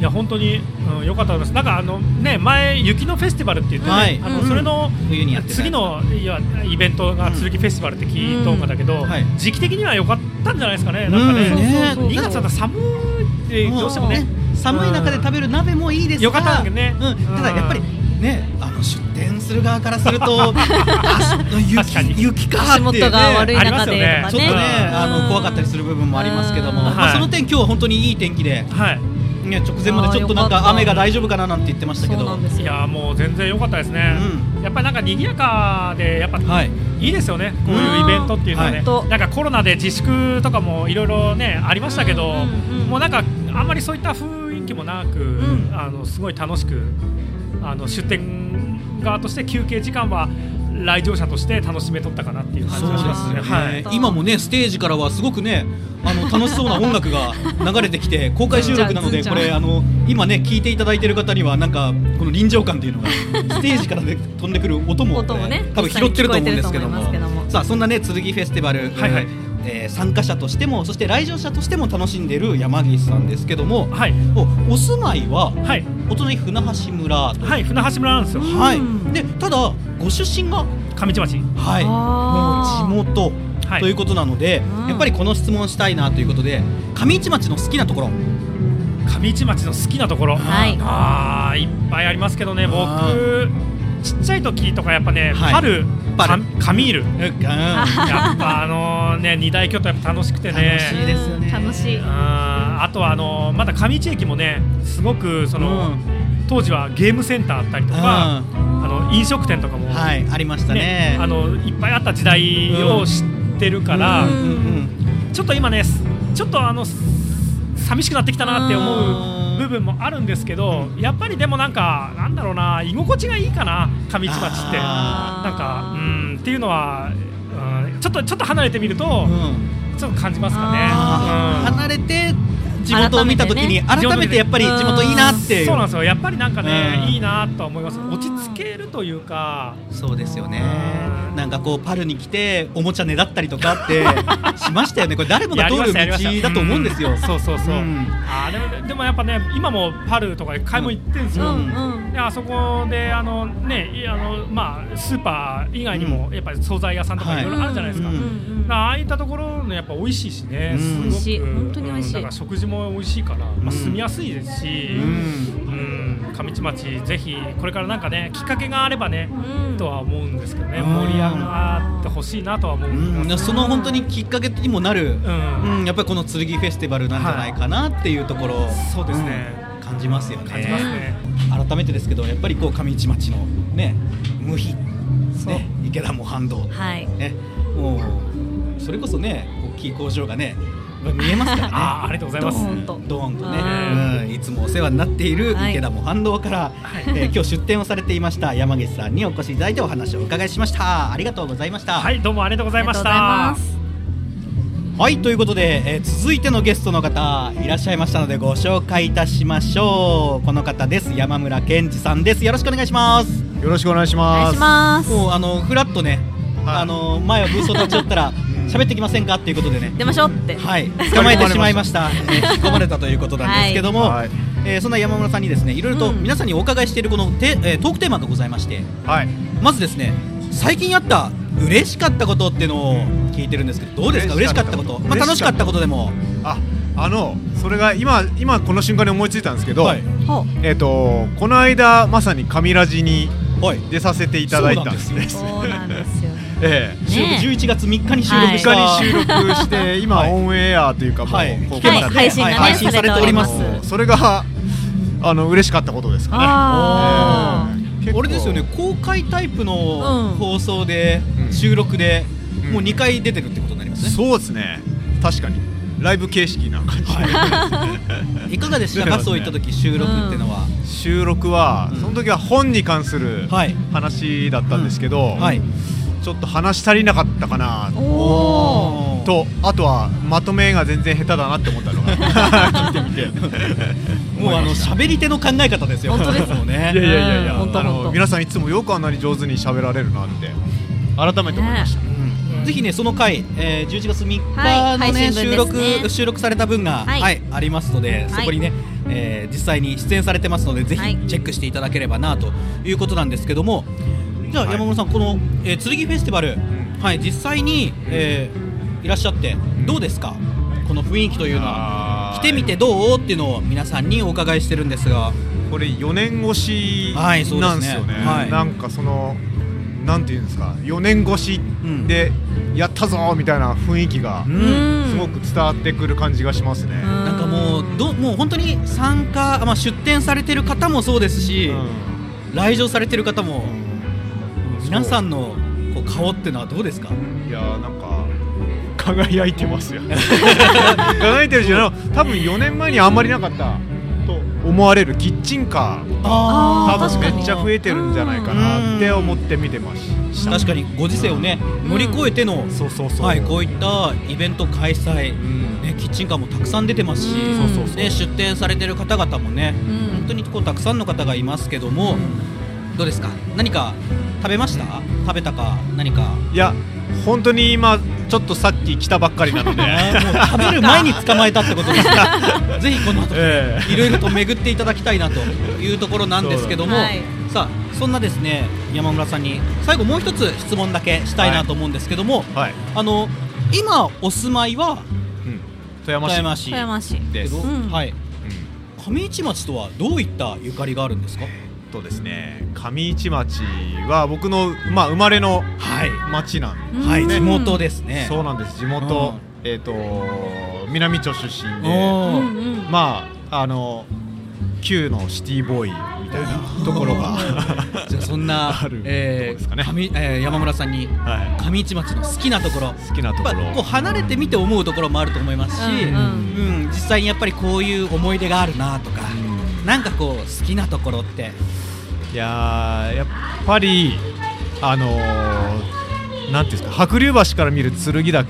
S5: いや本当に良、うん、良かったと思いますなんかあのね前雪のフェスティバルって言ってね、
S2: はい
S5: あの
S1: うん
S5: それの
S2: 冬にやってた
S5: 次のいやイベントが剣フェスティバルって聞いとんかだけど、
S2: んはい
S5: 時期的には良かったんじゃないですかね、なんか
S2: う
S5: ね
S2: ん
S1: ね
S5: 2月だったら寒いってどうしてもね
S2: 寒い中で食べる鍋もいいですが
S5: よかったんだけどね
S2: うん、ただやっぱりねあの出店する側からする とあ
S5: 確かに
S2: 雪雪か
S1: 足
S2: って
S1: 元
S2: ね
S1: が悪い中で
S5: ありま
S1: とかね
S5: す
S2: ちょ
S5: よ
S2: っとね、
S5: うん
S2: あの怖かったりする部分もありますけども、
S1: うん
S2: ま
S5: は
S2: あ、
S5: い
S2: その点今日は本当にいい天気で、
S5: はい
S2: ね、直前までちょっとなん
S1: あーよ
S2: か
S1: かった
S2: 雨が大丈夫かななんて言ってましたけ
S1: そう
S2: ど
S1: なんです
S5: い
S1: よ。
S5: やーもう全然良かったですね、やっぱりなんか賑やかでやっぱ、、
S2: はいい
S5: いですよねこういうイベントっていうのはね、
S1: うんはい
S5: なんかコロナで自粛とかもいろいろねありましたけ
S1: う
S5: ど、
S1: んうんうん
S5: もうなんかあんまりそういった雰囲気もなく、
S1: ん
S5: あのすごい楽しくあの出店側として休憩時間は来場者として楽しめとったかなっていう感
S2: そ
S5: じ
S2: う
S5: が
S2: で
S5: し
S2: す
S5: ます
S2: よ
S5: ね。
S2: ね、
S5: はい
S2: 今もねステージからはすごくねあの楽しそうな音楽が流れて きて公開収録なの
S1: ズ
S2: で
S1: ンちゃ
S2: こ
S1: んズン
S2: れ
S1: ちゃ
S2: あの今ね聞いていただいてる方にはなんかこの臨場感 というのがステージからで飛んでくる音も,、
S1: 音もね
S2: 多分拾ってると思うんですけど
S1: 実際に聞こえてると思
S2: も
S1: いますけども
S2: さあそんなね剣フェスティバル、
S5: はいはい
S2: えー参加者としてもそして来場者としても楽しんでる山岸さんですけども、
S5: はい
S2: おお住まいは
S5: はい、
S2: お隣船橋村と、
S5: はい、船橋村なんですよ
S2: はい
S1: うん
S2: でただご出身が
S5: 上地町
S2: はい、
S1: あー
S2: もう地元
S5: はい
S2: ということなので、
S1: うん
S2: やっぱりこの質問したいなということで上市町の好きなところ
S5: 上市町の好きなところ、
S1: はい
S5: あーいっぱいありますけどね
S2: あ
S5: 僕ちっちゃい時とかやっぱね、
S2: はい
S5: 春
S2: パル
S5: かカミール
S2: うん
S5: やっぱあのね二大巨頭やっぱ楽しくてね
S2: 楽しいですよね
S1: うん楽しい。
S5: あーあとはあのまだ上市駅もねすごくその、
S2: うん
S5: 当時はゲームセンターあったりとか、あの飲食店とかも、
S2: はいありましたね
S5: ねあのいっぱいあった時代を知ってるから、
S2: うんうん
S5: ちょっと今ねすちょっとあのす寂しくなってきたなって思う部分もあるんですけどやっぱりでもなんかなんだろうな居心地がいいかな上市町って
S2: あ
S1: ー
S5: なんかうんっていうのは、うん、ちょっとちょっと離れてみると、
S2: うんうん
S5: ちょっと感じますかね。
S2: あー
S5: うん
S2: 離れて地元を見たときに
S5: 改めてね
S2: 改めてやっぱり地元いいなっていう
S5: そうなんですよやっぱりなんかね、
S2: うん
S5: いいなとは思います落ち着けるというか
S2: そうですよねなんかこうパルに来ておもちゃねだったりとかって しましたよねこれ誰も
S5: や
S2: が
S5: り
S2: 通
S5: ま
S2: る
S5: した
S2: 道
S5: やりました
S2: だと思うんですよ、
S5: んそうそうそう、
S2: うん
S5: あーでもでもやっぱね今もパルとかで買い物行ってるんです
S1: うん
S5: よ、
S1: うん。
S5: であそこであのねいあのまあスーパー以外にもやっぱり惣菜屋さんと
S2: は
S5: か
S2: い
S5: いろいろあるじゃないですか。
S2: うん
S5: だからああいったところのやっぱ美味しいしね、
S2: うん
S5: すごく
S2: 美味
S1: しい本当に美味しい
S5: うんだから食事も美味しいから、
S2: うん
S5: まあ、住みやすいですし、
S2: う
S5: うんん上市町ぜひこれからなんかねきっかけがあればね、
S1: うん
S5: とは思うんですけどね、
S2: うん
S5: 盛り上がってほしいなとは思う
S2: うんん
S5: です
S2: その本当にきっかけにもなる、
S5: うん
S2: うん、やっぱりこの剣フェスティバルなんじゃないかなっていうところ、
S5: そうですね
S2: うん感じますよね
S5: 感じますね。
S2: 改めてですけどやっぱりこう上市町のね無比、ね、池田も反動、
S1: はい。
S2: ね、もうそれこそねこうキー工場がね見えますか
S5: あー
S2: ら
S5: あ
S2: ね
S5: りがとうござい
S1: ド
S5: ます
S1: ーンと。
S2: ドーンとね、
S1: は
S2: うんいつもお世話になっている
S1: はい
S2: 池田も反動から、えー今日出店をされていました山岸さんにお越しいただいてお話をお伺いしましたありがとうございました
S5: はいどうもありがとうございました
S1: ありがとうございます
S2: はいということで、えー続いてのゲストの方いらっしゃいましたのでご紹介いたしましょうこの方です山村健二さんですよろしくお願いします
S6: よろしくお願いし
S1: お願
S6: ま
S1: い
S6: す
S1: します。
S2: もうあのフラッとね、
S3: はい
S2: あの前はブースを立ち寄ったら喋ってきませんかっていうことでね
S1: 出ましょうって。
S2: はい捕まえてしまいましたえー引き込まれたということなんですけども、
S6: はい
S2: えーそんな山村さんにですねいろいろと
S1: うん
S2: 皆さんにお伺いしているこのテ、えートークテーマがございまして
S3: はい
S2: まずですね最近あった嬉しかったことっていうのを聞いてるんですけどどうですか嬉
S6: 嬉
S2: し
S6: し
S2: か
S6: か
S2: っ
S6: ったた
S2: こ、
S6: こと
S2: ま
S6: と
S2: あ、楽しかったことでも
S6: ああのそれが今今この瞬間に思いついたんですけど、
S2: はい
S1: ほう。
S6: えっ、とこの間まさに神ラジに
S2: はい
S6: 出させていただいたんです
S2: そうなん
S6: ね
S2: で。
S1: そうなんですよ。
S6: え え
S2: 収録
S1: ねえ
S2: 11月3日に収録した、
S6: 他に収録して今、
S2: はい
S6: オンエアというかもう、
S2: はい
S6: こう
S2: 聞けま
S1: はい、
S2: すね
S1: 配信がね、
S6: はい
S1: されております。
S2: 配信されておりま
S6: それがあの嬉しかったことですか ね。
S1: あー
S6: ええ
S2: あれですよね。公開タイプの
S1: うん
S2: 放送で、
S6: うん
S2: 収録で、
S6: うん
S2: もう2回出てるってことになります
S6: 結
S2: ね、
S6: 構そうですね。確かにライブ形式な感じで。
S2: いかがでした
S6: 出て
S2: か、
S6: ますね
S2: そういった時収録ってのは、
S6: 収録は、
S2: うん
S6: その時は本に関する
S2: はい
S6: 話だったんですけど、
S2: はい
S6: ちょっと話し足りなかったかな
S1: おおー。
S2: と
S6: とあとはまとめが全然下手だなって思った のが聞いてみて
S2: もうあの喋り手の考え方ですよ
S1: 本当です
S2: もう
S6: いやい
S2: ね
S6: やいやいや
S1: うん本当
S6: あ
S1: 本当
S6: の皆さんいつもよくあんなに上手に喋られるなって改めて思いました、
S2: うんぜひねその回、えー、11月3日のね,、
S1: はい配信分ですね
S2: 収録収録された分が、は
S1: はいい
S2: ありますので、
S1: はい
S2: そこにね、えー実際に出演されてますのでぜ
S1: はい
S2: ひチェックしていただければなということなんですけどもじゃあ山村さんこの、えー、剣フェスティバル、はい実際に、えーいらっしゃってどうですかこの雰囲気というのは
S6: あー
S2: 来てみてどうっていうのを皆さんにお伺いしてるんですが
S6: これ4年越し
S2: は
S6: ないん
S2: そうですね
S6: ですよね,、
S2: はい
S6: なんかそのなんていうんですか4年越しでやったぞーみたいな雰囲気が
S2: うん
S1: うん
S6: すごく伝わってくる感じがしますね、
S2: なんかもうどもう本当に参加、まあ、出店されてる方もそうですし、
S6: うん
S2: 来場されてる方も、皆さんのこう顔ってのはどうですか
S6: いやーなんか輝いてますよ 輝いてるしあの多分4年前にあんまりなかったと思われるキッチンカー
S1: あ
S6: 多
S1: ー
S6: 分
S1: 確かに
S6: めっちゃ増えてるんじゃないかなって思って見てました
S2: 確かにご時世をね、
S1: ん
S2: 乗り越えての、
S6: そうそうそう、
S2: はい、こういったイベント開催、ね、キッチンカーもたくさん出てますし、
S1: うんそうそうそう
S2: ね、出店されてる方々もね、
S1: うん
S2: 本当にこうたくさんの方がいますけども、どうですか何か食べました食べたか何か
S6: いや本当に今ちょっとさっき来たばっかりなの で、
S2: もう食べる前に捕まえたってことです ねぜひこの後
S6: え
S2: いろいろと巡っていただきたいなというところなんですけども、
S1: そうだね
S2: さあそんなですね山村さんに最後もう一つ質問だけしたいなと思うんですけども、
S6: えはい、
S2: あの今お住まいは
S6: うん、富山
S2: 富
S6: 市
S2: 山市
S1: 富山市。
S2: け
S6: です
S2: ど、
S1: うん
S2: はい上市町とはどういったゆかりがあるんですか
S6: とですね上市町は僕の、まあ、生まれの
S2: はい、
S6: 町なんで、
S2: はい、
S1: うん
S2: 地元ですね
S6: そうなんです地元、えっ、と南町出身
S2: お
S1: うんう
S6: で
S2: ー
S1: ん。
S6: まああの旧のシティボーイみたいなとこ ろが
S2: じゃあそんな
S6: ある
S2: え
S6: とこですか
S2: ー
S6: ね
S2: 上えー山村さんに
S6: は
S2: 上市町の好きなところ
S6: い好きなとこ
S2: やっぱこう
S6: ろ
S2: 離れてみて思うところもあると思いますし、
S1: うん
S2: うん実際にやっぱりこういう思い出があるなとか、なんかこう好きなところって、
S6: いやーやっぱりあのーなんていうんですか白龍橋から見る剣岳がやっ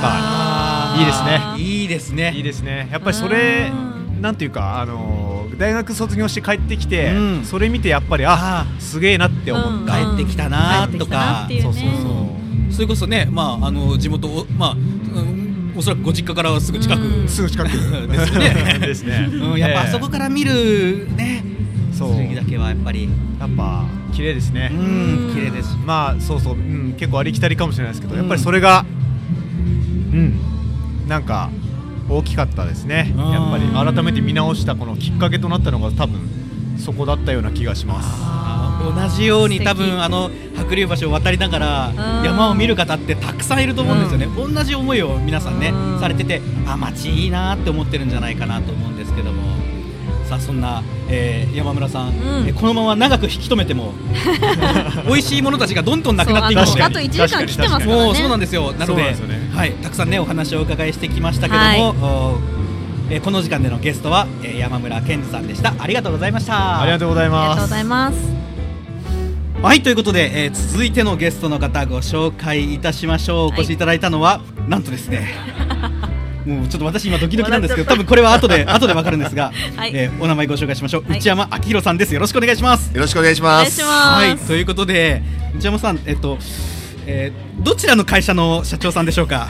S6: ぱいいですね
S2: いいですね。
S6: いいですねやっぱりそれ
S1: うん
S6: なんていうかあのー大学卒業して帰ってきて、
S2: うん
S6: それ見てやっぱりあすげえなって思った、
S1: うん
S2: 帰ってきた
S1: 帰っ
S2: なとか
S1: てきたなっていうね
S2: それこそね、まああの地元をまあ、うんおそらくご実家からはすぐ近く、
S1: うん
S6: すぐ近く
S2: ですよね
S6: ですね
S2: うんやっぱあそこから見るね、
S6: そう
S2: 剣だけはやっぱり、
S6: やっぱ綺麗ですね
S2: う、
S1: うんん
S2: 綺麗ですし。
S6: まあそうそう、うん、結構ありきたりかもしれないですけど、
S2: うん
S6: やっぱりそれがうんなんか大きかったですね
S2: うん
S6: やっぱり改めて見直したこのきっかけとなったのが多分そこだったような気がします
S2: 同じよう
S1: 素
S2: に
S1: 敵
S2: 多分あの白龍橋を渡りながら
S1: うん
S2: 山を見る方ってたくさんいると思うんですよね、同じ思いを皆さんね
S1: うん
S2: されててあ街いいなって思ってるんじゃないかなと思うんですけどもさあそんな、えー山村さん、
S1: うん
S2: えこのまま長く引き止め ても美味しいものたちがどんどんなくなっていく
S1: そう
S2: の
S1: あ
S2: が
S1: とあと一時間来てますからね。
S2: もうそうなんですよなの
S6: そうなん
S2: で
S6: ですよね
S2: はい、たくさんねお話をお伺いしてきましたけども、おえーこの時間でのゲストは、えー山村健二さんでしたありがとうございました
S6: ありがとうござい
S1: ありが
S6: ま
S1: とうご
S6: す
S1: ざいます。
S2: はいということで、えー続いてのゲストの方ご紹介いたしましょう、
S1: はい
S2: お越しいただいたのはなんとです ねもうちょっと私今ドキドキなんですけど多分これは後で後でわかるんですが、
S1: はい
S2: えーお名前ご紹介しましょう、
S1: はい
S2: 内山明宏さんですよろしくお願いします
S7: よろしくお願いし
S1: お
S7: ま
S1: 願いし
S7: す。
S2: はい
S1: ます。
S2: ということで内山さんえっと、えーどちらの会社の社長さんでしょうか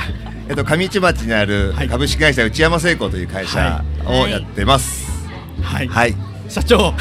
S7: えっと上市町にある
S2: はい
S7: 株式会社内山製鋼という会社
S1: はい
S7: をやってます。
S2: はい、
S7: はい。
S2: 社 長
S7: はい。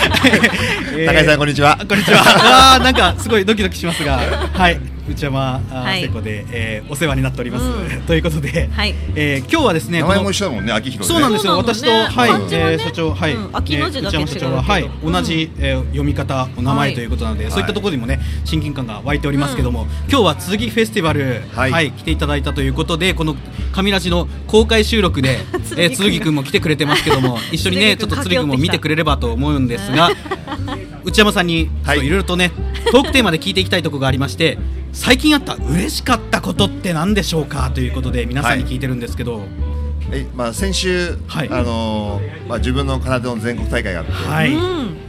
S2: えー
S7: 高井さんこんにちは
S2: あ。こんにち は。あーなんかすごいドキドキしますが、はい、内山あー
S1: はい
S2: 聖子で、えーお世話になっております。
S1: う
S2: ということで、
S1: はい
S2: えー今日はですね、
S7: 名前
S2: こ
S7: も
S2: の
S7: 一緒だもんね、秋広
S2: そ
S7: ね。
S2: うなんですよ。
S1: そうなのね
S2: 私とはい、
S1: 漢字はね
S2: えー社長はい、
S1: うん秋の字だけ
S2: えー内山社長はは
S1: 違
S2: いう
S1: けど
S2: 同じ、えー読み方お名
S1: は
S2: 前
S1: い
S2: ということなので、そういったところにもね親近感が湧いておりますけども、今日は続きフェスティバルは、
S7: はいい
S2: 来ていただいたということでこの神ラジの公開収 録で、えー、鈴木くんも来てくれてますけども一緒にねちょ
S1: 鈴木くん
S2: っと鈴木くんも見てくれればと思うんですが。 内山さんにちょっ
S7: はい
S2: といろいろとね、トークテーマで聞いていきたいところがありまして最近あった嬉しかったことって何でしょうかということで皆さんに聞いてるんですけど、
S7: えまあ先週、
S2: はい
S7: あのーまあ自分の空手の全国大会があって、
S2: はい、
S1: うん。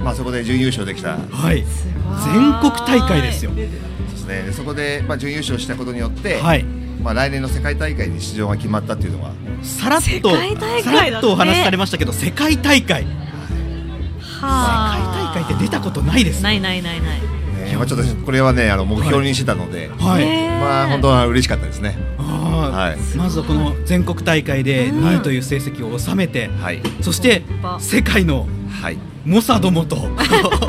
S7: まあそこで準優勝できたんで
S2: はい、
S1: ごい
S2: 全国大会ですよ。
S7: すね。でそこでまあ準優勝したことによって、
S2: はい、
S7: まあ来年の世界大会に出場が決まったっていうのが、
S2: さらっ
S1: 世
S2: と、
S1: 界大会だ
S2: さ
S1: って
S2: らっとお話しされましたけど、世界大会、世界
S1: は
S2: 大会って出たことないです。
S1: ないないないない。
S7: ねまあちょっとこれはねあの目標にしてたので、
S2: はい、
S7: まあ本当は嬉しかったですね。
S2: あ
S7: はい
S2: ーまずはこの全国大会で2位という成績を収めて、
S7: はい
S2: そして世界の
S7: はい。
S2: 猛者どもと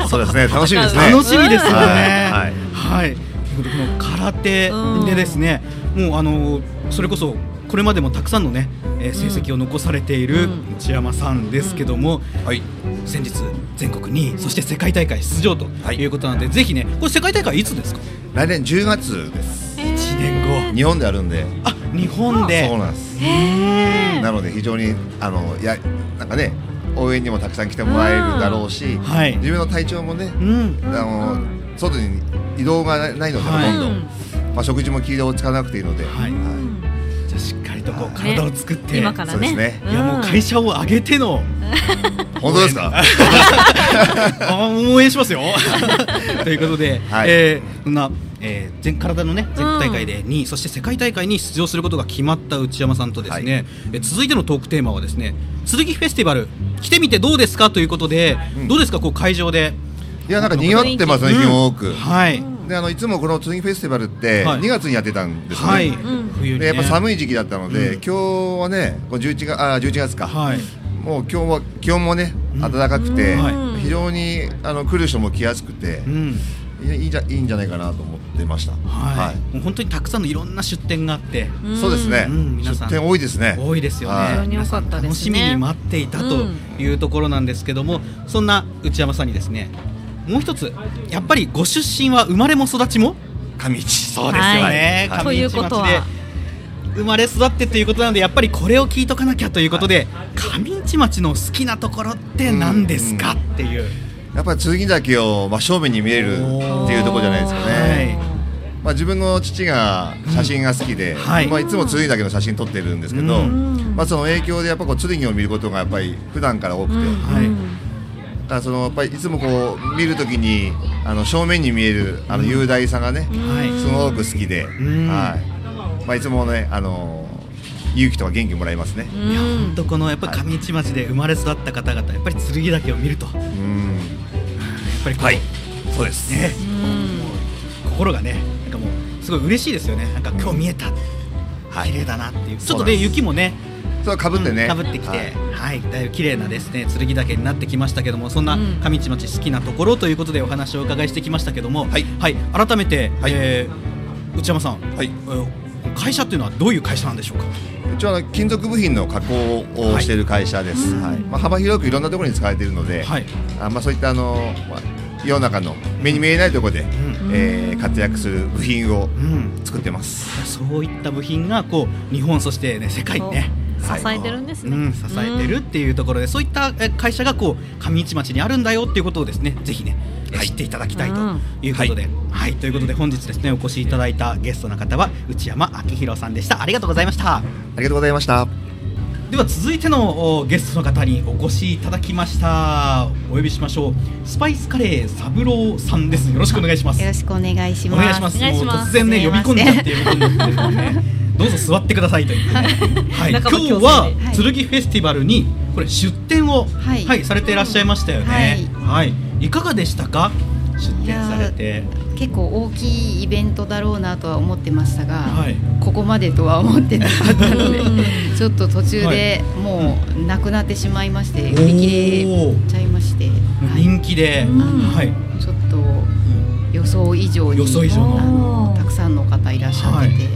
S7: そうですね。楽しみですね。
S2: 楽しみですよね。
S7: はいはい
S2: はい、ということでこの空手でですね、もうあのそれこそこれまでもたくさんのね、えー成績を残されている
S1: うん
S2: 内山さんですけども、
S4: はい
S2: 先日全国2位そして世界大会出場ということなので、ぜひねこれ世界大会いつですか
S7: 来年10月です。
S2: 1年後
S7: 日本であるんで。
S2: あ日本で
S7: そうなんです。
S1: へー
S7: なので非常にあのやなんかね応援にもたくさん来てもらえるだろうし、
S2: はい
S7: 自分の体調もね、
S2: うん
S7: あの外に移動がないので、
S2: はい
S7: ほとんど、まあ食事も気を使わなくていいので、
S2: はいじゃあしっかりとこう体を作って、
S1: 今からね。
S7: そうですね
S2: いやもう会社を挙げての、
S7: 本当ですか？
S2: あ応援し ますよということで、
S7: はい
S2: えーそんな、えー全体のね全国大会で2位、そして世界大会に出場することが決まった内山さんとですね、えー続いてのトークテーマはですね剣フェスティバル来てみてどうですかということで、
S7: うん
S2: どうですかこう会場で、
S7: いやなんか賑わってますね、
S2: うん
S7: 日も多く。
S2: はい、
S7: であのいつもこのツインフェスティバルって
S2: はい
S7: 2月にやってたんですね。
S2: はい、
S1: ん
S2: 冬に、
S7: で
S2: ね、
S7: やっぱ寒い時期だったので、
S2: うん
S7: 今日はね、こう11月あ11月か、
S2: はい、
S7: もう今日は気温もね
S2: うん
S7: 暖かくて、
S2: は
S7: 非常にあの来る人も来やすくて、
S2: うん
S7: いやいいんじゃいいんじゃないかなと思ってました。
S2: はいもう本当にたくさんのいろんな出店があって、
S1: ん
S7: そうですね、
S2: うん皆さん
S7: 出店多いですね。
S2: 多いですよね、
S7: はい
S1: 非常に良かったですね
S2: 楽しみに待っていたというところなんですけども、そんな内山さんにですねもう一つやっぱりご出身は生まれも育ちも
S7: 上市そ
S1: で
S7: う
S1: すよ
S2: ね
S1: はいということは
S2: 上市町で生まれ育ってということなのでやっぱりこれを聞いとかなきゃということで、上市町の好きなところって何ですか、
S7: う
S2: っていう、
S7: やっぱり剣岳を真正面に見れるっていうところじゃないですかね。まあ自分の父が写真が好きで、
S2: んはい
S7: まあいつも剣岳の写真撮ってるんですけど、
S2: うん
S7: まあその影響でやっぱこう剣を見ることがやっぱり普段から多くて、だ
S2: はい
S7: からそのやっぱりいつもこう見るときにあの正面に見えるあの雄大さがね、
S2: はい
S7: すごく好きで、
S2: ん
S7: はい。まあいつもねあの勇気とか元気もらえますね。
S1: うん
S2: ほんとこのやっぱ上市町で生まれ育った方々やっぱり剣岳を見るとやっ
S7: うん。
S2: ぱりこう、
S7: はい。そうです。
S2: ね
S1: うん
S2: 心がねなんかもうすごい嬉しいですよねなんか今日見えた、綺麗だなっていうちょっとね
S7: そうなんです
S2: 雪もね
S7: そうかぶってね。
S2: かぶってきて、
S7: は
S2: はい
S7: い
S2: だいぶ綺麗なですね剣岳になってきましたけどもそんな
S1: うん
S2: 上市町好きなところということでお話をお伺いしてきましたけども、
S7: はい
S2: 改めて、
S7: はい
S2: えー内山さん、
S7: はい
S2: えー会社っていうのはどういう会社なんでしょうか
S7: うちはあの金属部品の加工をしている会社です、はいまあ、幅広くいろんなところに使われているので、
S2: はい
S7: あまあ、そういったあの、まあ、世の中の目に見えないところで、えー活躍する部品
S2: う
S7: を
S2: ん
S7: 作ってます、
S2: そういった部品がこう日本そして、ね、世界にね
S1: 支えてるんです
S2: う
S1: ね。
S2: ん、支えてるっていうところで、そういったえ会社がこう上市町にあるんだよっていうことをですねぜひね、え知っていただきたいということで、はい、 ということで本日ですねお越しいただいたゲストの方は内山明弘さんでしたありがとうございました
S7: ありがとうございました。
S2: では続いてのおゲストの方にお越しいただきましたお呼びしましょうスパイスカレー三郎さんですよろしくお願いします
S8: よろしくお願いし
S2: お
S8: ます。
S2: 願いします
S1: お願いします
S2: もう突然ね
S8: す
S2: 呼
S8: い
S2: び
S8: ませ
S2: 込
S8: ん
S2: んじゃっていることになってるのでねどうぞ座ってくださいと言ってね、はい、今
S1: 仲間強制で
S2: 日は
S8: はい
S2: 剣フェスティバルにこれ出店を、は
S8: はいい
S2: されていらっしゃいましたよね、はいい、かがでしたか出店されて
S8: 結構大きいイベントだろうなとは思ってましたが、
S2: はい
S8: ここまでとは思ってなかったので
S1: うん、
S8: ちょっと途中でもうなくなってしまいまして、売り切れ
S2: おー
S8: ちゃいまして、はい、
S2: 人気で、はい、
S8: ちょっと予想以上に
S2: 予想以上の
S8: あのたくさんの方いらっしゃってて、はい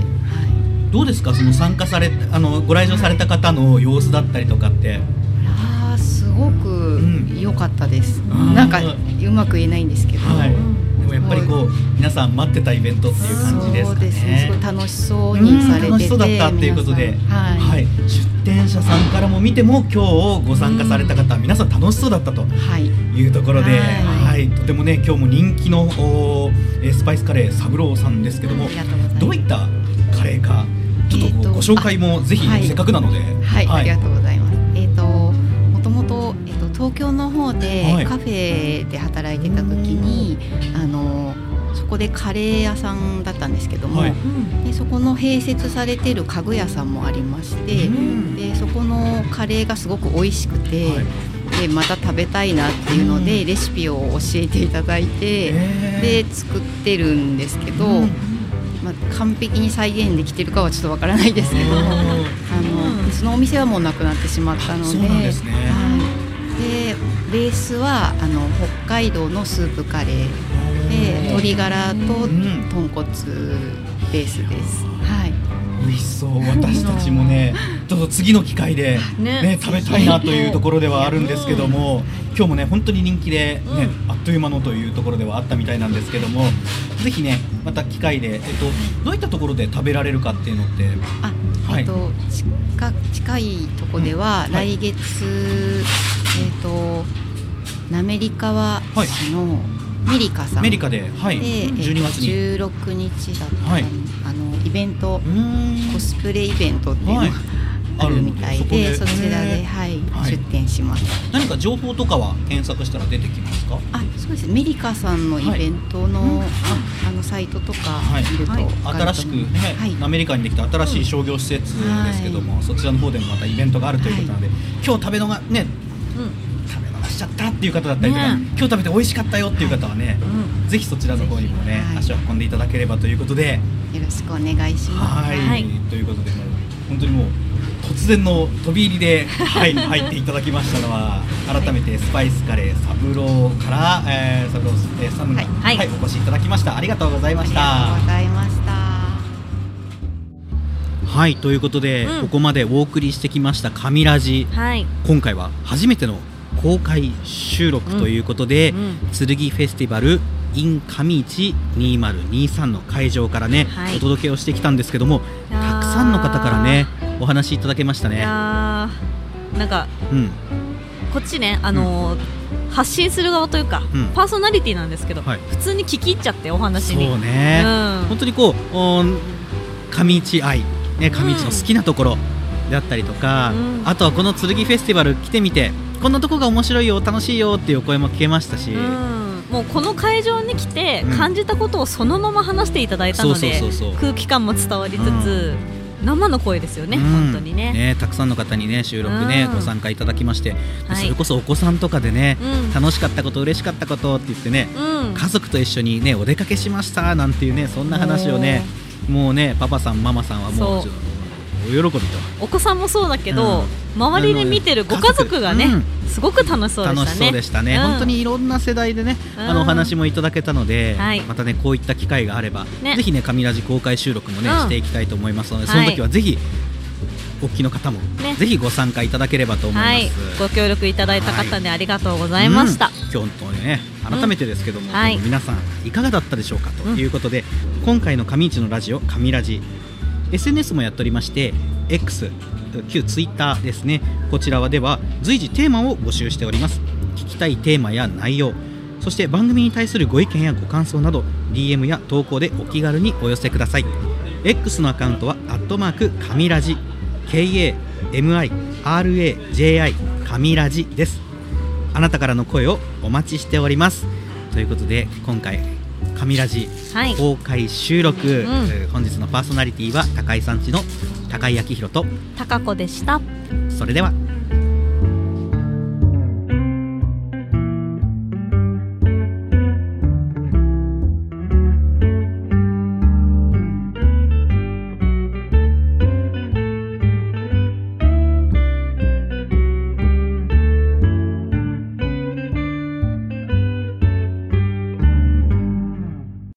S2: どうですかその参加されあのご来場された方の様子だったりとかって、
S8: あーすごく
S2: ん
S8: 良かったです、
S2: ん
S8: なんかうまく言えないんですけど、
S2: はい、でもやっぱりこう皆さん待ってたイベントっていう感じです
S8: そう
S2: か
S8: ですね
S2: ね
S8: すごい楽しそうにされて
S2: う
S8: て
S2: ん楽しそうだったっていうことで、
S8: 皆さんはい、
S2: はい、出店者さんからも見ても今日ご参加された方は皆さん楽しそうだったと
S8: はい
S2: いうところで、は、
S8: はい
S2: とてもね今日も人気のおーえースパイスカレー三郎さんですけども
S8: ありがとうございます
S2: どういったカレーかちょっ
S8: えー
S2: と
S8: と
S2: ご紹介もぜひ、
S8: あはい
S2: せっかくなので、
S8: はい、ありがとうございます。えっ、と、もともと、えっ、と、東京の方で、
S2: はい
S8: カフェで働いてた時に。あの、そこでカレー屋さんだったんですけども、
S2: はい
S8: で、そこの併設されてる家具屋さんもありまして。で、そこのカレーがすごく美味しくて。
S2: はい
S8: でまた食べたいなっていうので、レシピを教えていただいて、
S2: え
S8: で作ってるんですけど、
S2: うん
S8: まあ、完璧に再現できてるかはちょっとわからないですけど、あのでそのお店はもうなくなってしまったので
S2: そうなんですね
S8: はい、でベースはあの北海道のスープカレーで鶏ガラと
S2: ん
S8: 豚骨ベースです。はい
S2: 美味しそう私たちもねちょっと次の機会で、ね
S1: ね
S2: 食べたいなというところではあるんですけども、今日もね本当に人気で、ねあっという間のというところではあったみたいなんですけどもぜひねまた機会で、えっと、どういったところで食べられるかっていうのって
S8: あ、
S2: はい
S8: えっと近近いとこでは
S2: うんは
S8: 来
S2: い
S8: 月、えっと滑川市のメリカさ
S2: ア
S8: ん
S2: メリカで、はい、
S8: で、
S2: 12月に。
S8: えっと16日だったの、
S2: はい
S8: あのイベント
S2: うーん
S8: コスプレイベントっていうのが
S2: はい
S8: あるみたい
S2: ある
S8: で
S2: んだ
S8: そちら
S2: へー
S8: で、はい
S2: はい
S8: 出店します
S2: 何か情報とかは検索したら出てきますか
S8: あそうですメリカさんのイベントの、
S2: はいうん
S8: ああのサイトとか
S2: はい
S8: 見ると、
S2: 新しくね、アメリカにできた新しい商業施設ですけども、そちらの方でもまたイベントがあるということなので、今日食べのがね食べ逃しちゃったっていう方だったりと
S1: ね
S2: か、今日食べて美味しかったよっていう方はね、ぜひそちらの方にもね、
S8: はい
S2: 足を運んでいただければということで、
S8: よろしくお願いします
S2: はい、
S1: はい
S2: ということでもう本当にもう突然の飛び入 りで、はい、入っていただきましたのは改めてスパイスカレーサブローから、えー、サブローえーサムに、は
S1: はいい
S2: お越しいただきましたありがとうございました。
S8: ありがとうございました。
S2: はいということで、
S1: うん
S2: ここまでお送りしてきました「神ラジ」
S1: はい。
S2: 今回は初めての公開収録ということで、
S1: うんうん
S2: 剣フェスティバル in 上市2023の会場からね、
S1: はい
S2: お届けをしてきたんですけども
S1: いやー
S2: たくさんの方からねお話いただけました
S1: い
S2: ね。
S1: やーなんか
S2: うん、
S1: こっちねあのー発信する側というか、
S2: うん
S1: パーソナリティなんですけど、
S2: はい
S1: 普通に聞き入っちゃってお話に。
S2: そうね、
S1: うん
S2: 本当にこうおー上市愛、ね、上市の好きなところであったりとか、
S1: うん
S2: あとはこの剣フェスティバル来てみてこんなとこが面白いよ楽しいよっていうお声も聞けましたし、
S1: うんもうこの会場に来て
S2: うん
S1: 感じたことをそのまま話していただいたので、
S2: そうそうそうそう
S1: 空気感も伝わりつつ、生の声ですよね、
S2: うん
S1: 本当にね
S2: たくさんの方にね収録ね、
S1: うん
S2: ご参加いただきまして、で
S1: はい
S2: それこそお子さんとかでね、
S1: うん
S2: 楽しかったこと嬉しかったことって言ってね、
S1: うん
S2: 家族と一緒にねお出かけしましたなんていうねそんな話をねもうねパパさんママさんはもう
S1: そう
S2: お喜びと。
S1: お子さんもそうだけど、周りで見てるご家族がね、
S2: 家族
S1: すごく楽しそうでしたね
S2: 楽しそうでしたね、
S1: うん
S2: 本当にいろんな世代でね、
S1: うん
S2: あのお話もいただけたので、
S1: はい
S2: またねこういった機会があれば、
S1: ね
S2: ぜひね神ラジ公開収録もね、
S1: うん
S2: していきたいと思いますので、
S1: は
S2: そ
S1: い
S2: の時はぜひお聞きの方も、
S1: ね
S2: ぜひご参加いただければと思います。
S1: はいご協力いただいた方でありがとうございました、
S2: うん今日のね改めてですけども、
S1: うんはい
S2: でも皆さんいかがだったでしょうかということで、今回の上市のラジオ上ラジ SNS もやっておりまして X 旧ツイッターですねこちらはでは随時テーマを募集しております聞きたいテーマや内容そして番組に対するご意見やご感想など DM や投稿でお気軽にお寄せください X のアカウントは「アットマークカミラジ」KAMIRAJI カミラジですあなたからの声をお待ちしておりますということで今回カミラジ
S1: はい
S2: 公開収録、
S1: ん
S2: えー本日のパーソナリティは高井さんちの高井明宏と
S1: 高子でした
S2: それでは